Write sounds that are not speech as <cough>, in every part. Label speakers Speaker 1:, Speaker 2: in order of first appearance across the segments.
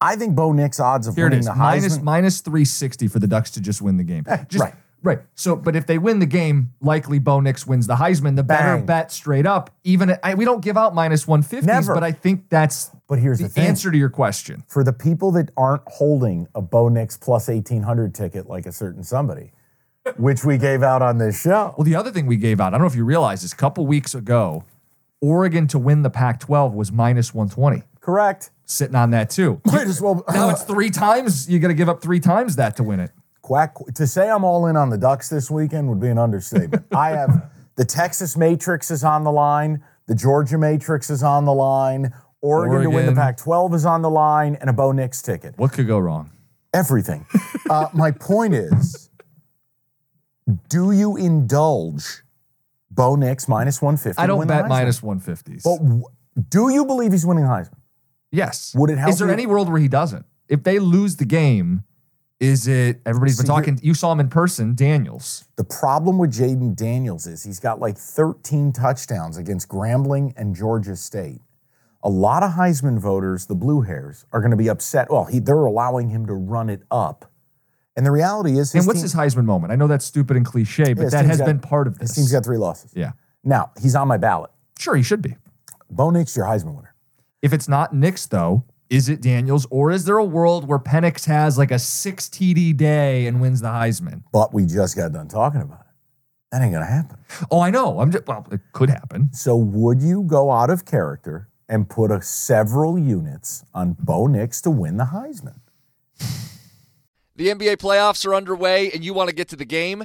Speaker 1: I think Bo Nix odds of
Speaker 2: Here it
Speaker 1: winning
Speaker 2: is.
Speaker 1: the Heisman. Eh,
Speaker 2: Minus, minus 360 for the Ducks to just win the game. Just-
Speaker 1: right.
Speaker 2: Right. So, but if they win the game, likely Bo Nix wins the Heisman. The better
Speaker 1: Bang.
Speaker 2: bet straight up, even I, we don't give out minus 150s,
Speaker 1: Never.
Speaker 2: but I think that's
Speaker 1: but here's the,
Speaker 2: the
Speaker 1: thing.
Speaker 2: answer to your question.
Speaker 1: For the people that aren't holding a Bo Nix plus 1800 ticket like a certain somebody, which we gave out on this show.
Speaker 2: Well, the other thing we gave out, I don't know if you realize this, a couple weeks ago, Oregon to win the Pac 12 was minus 120,
Speaker 1: Correct.
Speaker 2: sitting on that too.
Speaker 1: Might as well.
Speaker 2: now it's three times, you got to give up three times that to win it.
Speaker 1: quack. To say I'm all in on the Ducks this weekend would be an
Speaker 2: <laughs>
Speaker 1: understatement. I have the Texas Matrix is on the line, the Georgia Matrix is on the line, Oregon, to win the
Speaker 2: Oregon.
Speaker 1: Pac 12 is on the line, and a Bo Nix ticket.
Speaker 2: What could go wrong? <laughs>
Speaker 1: Everything. uh, my point is do you indulge Bo Nix minus 150?
Speaker 2: I
Speaker 1: to
Speaker 2: don't
Speaker 1: win the
Speaker 2: bet
Speaker 1: Heisman?
Speaker 2: minus 150s.
Speaker 1: But w- do you believe he's winning the Heisman?
Speaker 2: yes.
Speaker 1: would it help
Speaker 2: Is there
Speaker 1: you-
Speaker 2: any world where he doesn't? If they lose the game, is it everybody's been
Speaker 1: See, you're-
Speaker 2: talking? You saw him in person, Daniels.
Speaker 1: The problem with Jaden Daniels is he's got like 13 touchdowns against Grambling and Georgia State. A lot of Heisman voters, the blue hairs, are going to be upset. Well, he, they're allowing him to run it up. And the reality is, his
Speaker 2: and what's
Speaker 1: team-
Speaker 2: his Heisman moment? I know that's stupid and cliche,
Speaker 1: Yeah,
Speaker 2: but
Speaker 1: his
Speaker 2: that
Speaker 1: team's
Speaker 2: has
Speaker 1: got-
Speaker 2: been part of
Speaker 1: his
Speaker 2: this.
Speaker 1: team's got three losses.
Speaker 2: yeah.
Speaker 1: Now, he's on my ballot.
Speaker 2: Sure, he should be.
Speaker 1: Bo Nix, your Heisman winner.
Speaker 2: If it's not Knicks, though, is it Daniels or is there a world where Penix has like a six TD day and wins the Heisman?
Speaker 1: But we just got done talking about it. That ain't going to happen.
Speaker 2: Oh, I know. I'm just well, it could happen.
Speaker 1: So, would you go out of character and put a several units on Bo Nix to win the Heisman?
Speaker 3: The NBA playoffs are underway and you want to get to the game?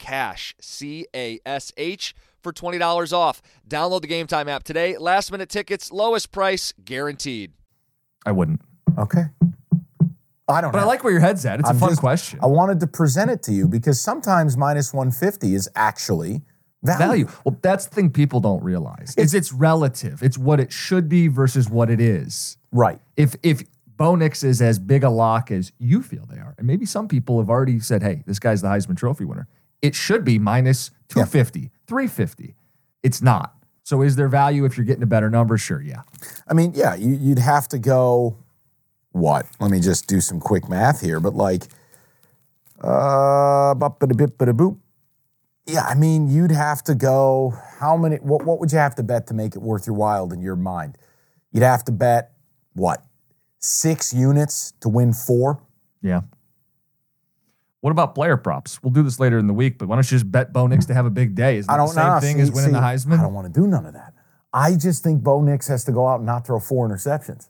Speaker 3: cash c a s h for $20 off download the game time app today last minute tickets lowest price guaranteed
Speaker 2: I wouldn't.
Speaker 1: Okay. I don't
Speaker 2: But
Speaker 1: know.
Speaker 2: I like where your head's at. It's
Speaker 1: I'm
Speaker 2: a fun
Speaker 1: just-
Speaker 2: question.
Speaker 1: I wanted to present it to you because sometimes minus 150 is actually
Speaker 2: value. Well, that's the thing people don't realize is it's relative. It's what it should be versus what it is.
Speaker 1: Right.
Speaker 2: If if Bo Nix is as big a lock as you feel they are, and maybe some people have already said, "Hey, this guy's the Heisman Trophy winner." It should be minus 250, 350. It's not. So is there value if you're getting a better number? Sure, yeah.
Speaker 1: I mean, yeah, you, you'd have to go. What? Let me just do some quick math here. But like, uh, boop. Yeah, I mean, you'd have to go. How many? What? What would you have to bet to make it worth your while in your mind? You'd have to bet what? Six units to win four.
Speaker 2: Yeah. What about player props? We'll do this later in the week, but why don't you just bet Bo Nix to have a big day? Isn't
Speaker 1: I
Speaker 2: that
Speaker 1: don't
Speaker 2: the same
Speaker 1: know.
Speaker 2: thing
Speaker 1: See-
Speaker 2: as winning the
Speaker 1: see,
Speaker 2: Heisman?
Speaker 1: I don't want to do none of that. I just think Bo Nix has to go out and not throw four interceptions.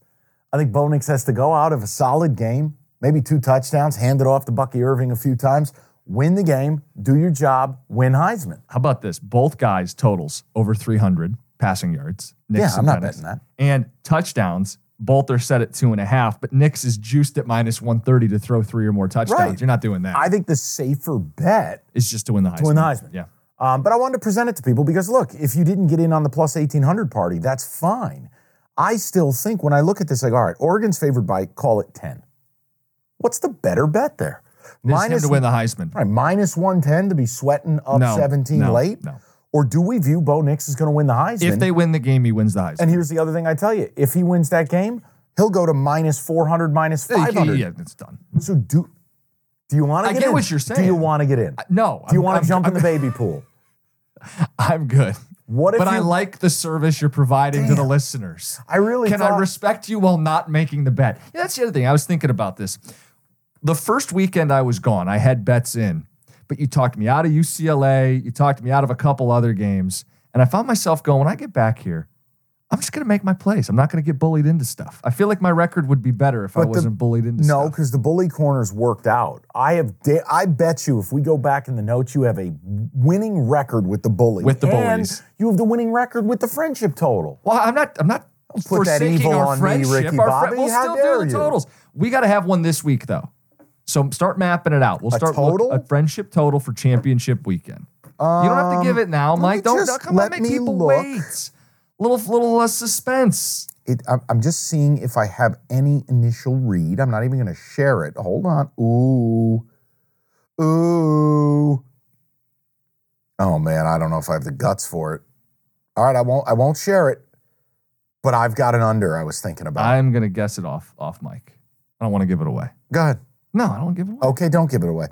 Speaker 1: I think Bo Nix has to go out of a solid game, maybe two touchdowns, hand it off to Bucky Irving a few times, win the game, do your job, win Heisman.
Speaker 2: How about this? Both guys totals over 300 passing yards. Nix
Speaker 1: Yeah,
Speaker 2: and
Speaker 1: I'm not
Speaker 2: Penix.
Speaker 1: betting that.
Speaker 2: And touchdowns, both are set at two and a half, but Nix is juiced at minus 130 to throw three or more touchdowns.
Speaker 1: Right.
Speaker 2: You're not doing that.
Speaker 1: I think the safer bet
Speaker 2: it's just to win the Heisman.
Speaker 1: win the Heisman.
Speaker 2: Yeah.
Speaker 1: Um, but I wanted to present it to people because look, if you didn't get in on the plus 1800 party, that's fine. I still think when I look at this, like, all right, Oregon's favored by, call it 10. What's the better bet there?
Speaker 2: This is him to win the Heisman.
Speaker 1: All right, minus 110 to be sweating up
Speaker 2: No,
Speaker 1: 17
Speaker 2: no,
Speaker 1: late?
Speaker 2: no.
Speaker 1: Or do we view Bo Nix is going to win the Heisman?
Speaker 2: If they win the game, he wins the Heisman.
Speaker 1: and here's the other thing I tell you if he wins that game, he'll go to minus 400, minus
Speaker 2: Yeah,
Speaker 1: 500.
Speaker 2: Yeah, it's done.
Speaker 1: So do, do you want
Speaker 2: I
Speaker 1: to get
Speaker 2: get
Speaker 1: in?
Speaker 2: what you're
Speaker 1: Do you
Speaker 2: saying.
Speaker 1: want to get in?
Speaker 2: No.
Speaker 1: do you want to jump in the baby pool?
Speaker 2: I'm good.
Speaker 1: What if
Speaker 2: but I
Speaker 1: you-
Speaker 2: like the service you're providing to the listeners.
Speaker 1: I really
Speaker 2: can I
Speaker 1: thought-
Speaker 2: respect you while not making the bet? Yeah, that's the other thing. I was thinking about this. The first weekend I was gone, I had bets in, but you talked me out of UCLA. You talked me out of a couple other games, and I found myself going. When I get back here, I'm just gonna make my plays. I'm not gonna get bullied into stuff. I feel like my record would be better if I
Speaker 1: But the-
Speaker 2: wasn't bullied into
Speaker 1: No,
Speaker 2: stuff.
Speaker 1: because the bully corners worked out. I have. da- I bet you, if we go back in the notes, you have a winning record with the bully.
Speaker 2: With the
Speaker 1: And
Speaker 2: bullies.
Speaker 1: you have the winning record with the friendship total.
Speaker 2: Well, I'm not. I'm not
Speaker 1: put that
Speaker 2: forsaking
Speaker 1: evil
Speaker 2: our
Speaker 1: on me,
Speaker 2: friendship.
Speaker 1: Ricky
Speaker 2: our
Speaker 1: Bobby.
Speaker 2: We'll
Speaker 1: How
Speaker 2: still
Speaker 1: dare
Speaker 2: do the
Speaker 1: you.
Speaker 2: totals. We got to have one this week, though. So start mapping it out. We'll start look-
Speaker 1: total?
Speaker 2: a friendship total for championship weekend. you don't have to give it now, Mike.
Speaker 1: me
Speaker 2: Don't,
Speaker 1: just
Speaker 2: don't come on,
Speaker 1: Um, let
Speaker 2: make
Speaker 1: me
Speaker 2: people
Speaker 1: look.
Speaker 2: wait. Little little less suspense.
Speaker 1: It, I'm, I'm just seeing if I have any initial read. I'm not even going to share it. Hold on. Ooh, ooh. Oh man, I don't know if I have the guts for it. All right, I won't. I won't share it. But I've got an under. I was thinking about.
Speaker 2: I'm gonna guess it off off Mike. I don't want to give it away.
Speaker 1: Go ahead.
Speaker 2: No, I don't give it away.
Speaker 1: Okay, don't give it away.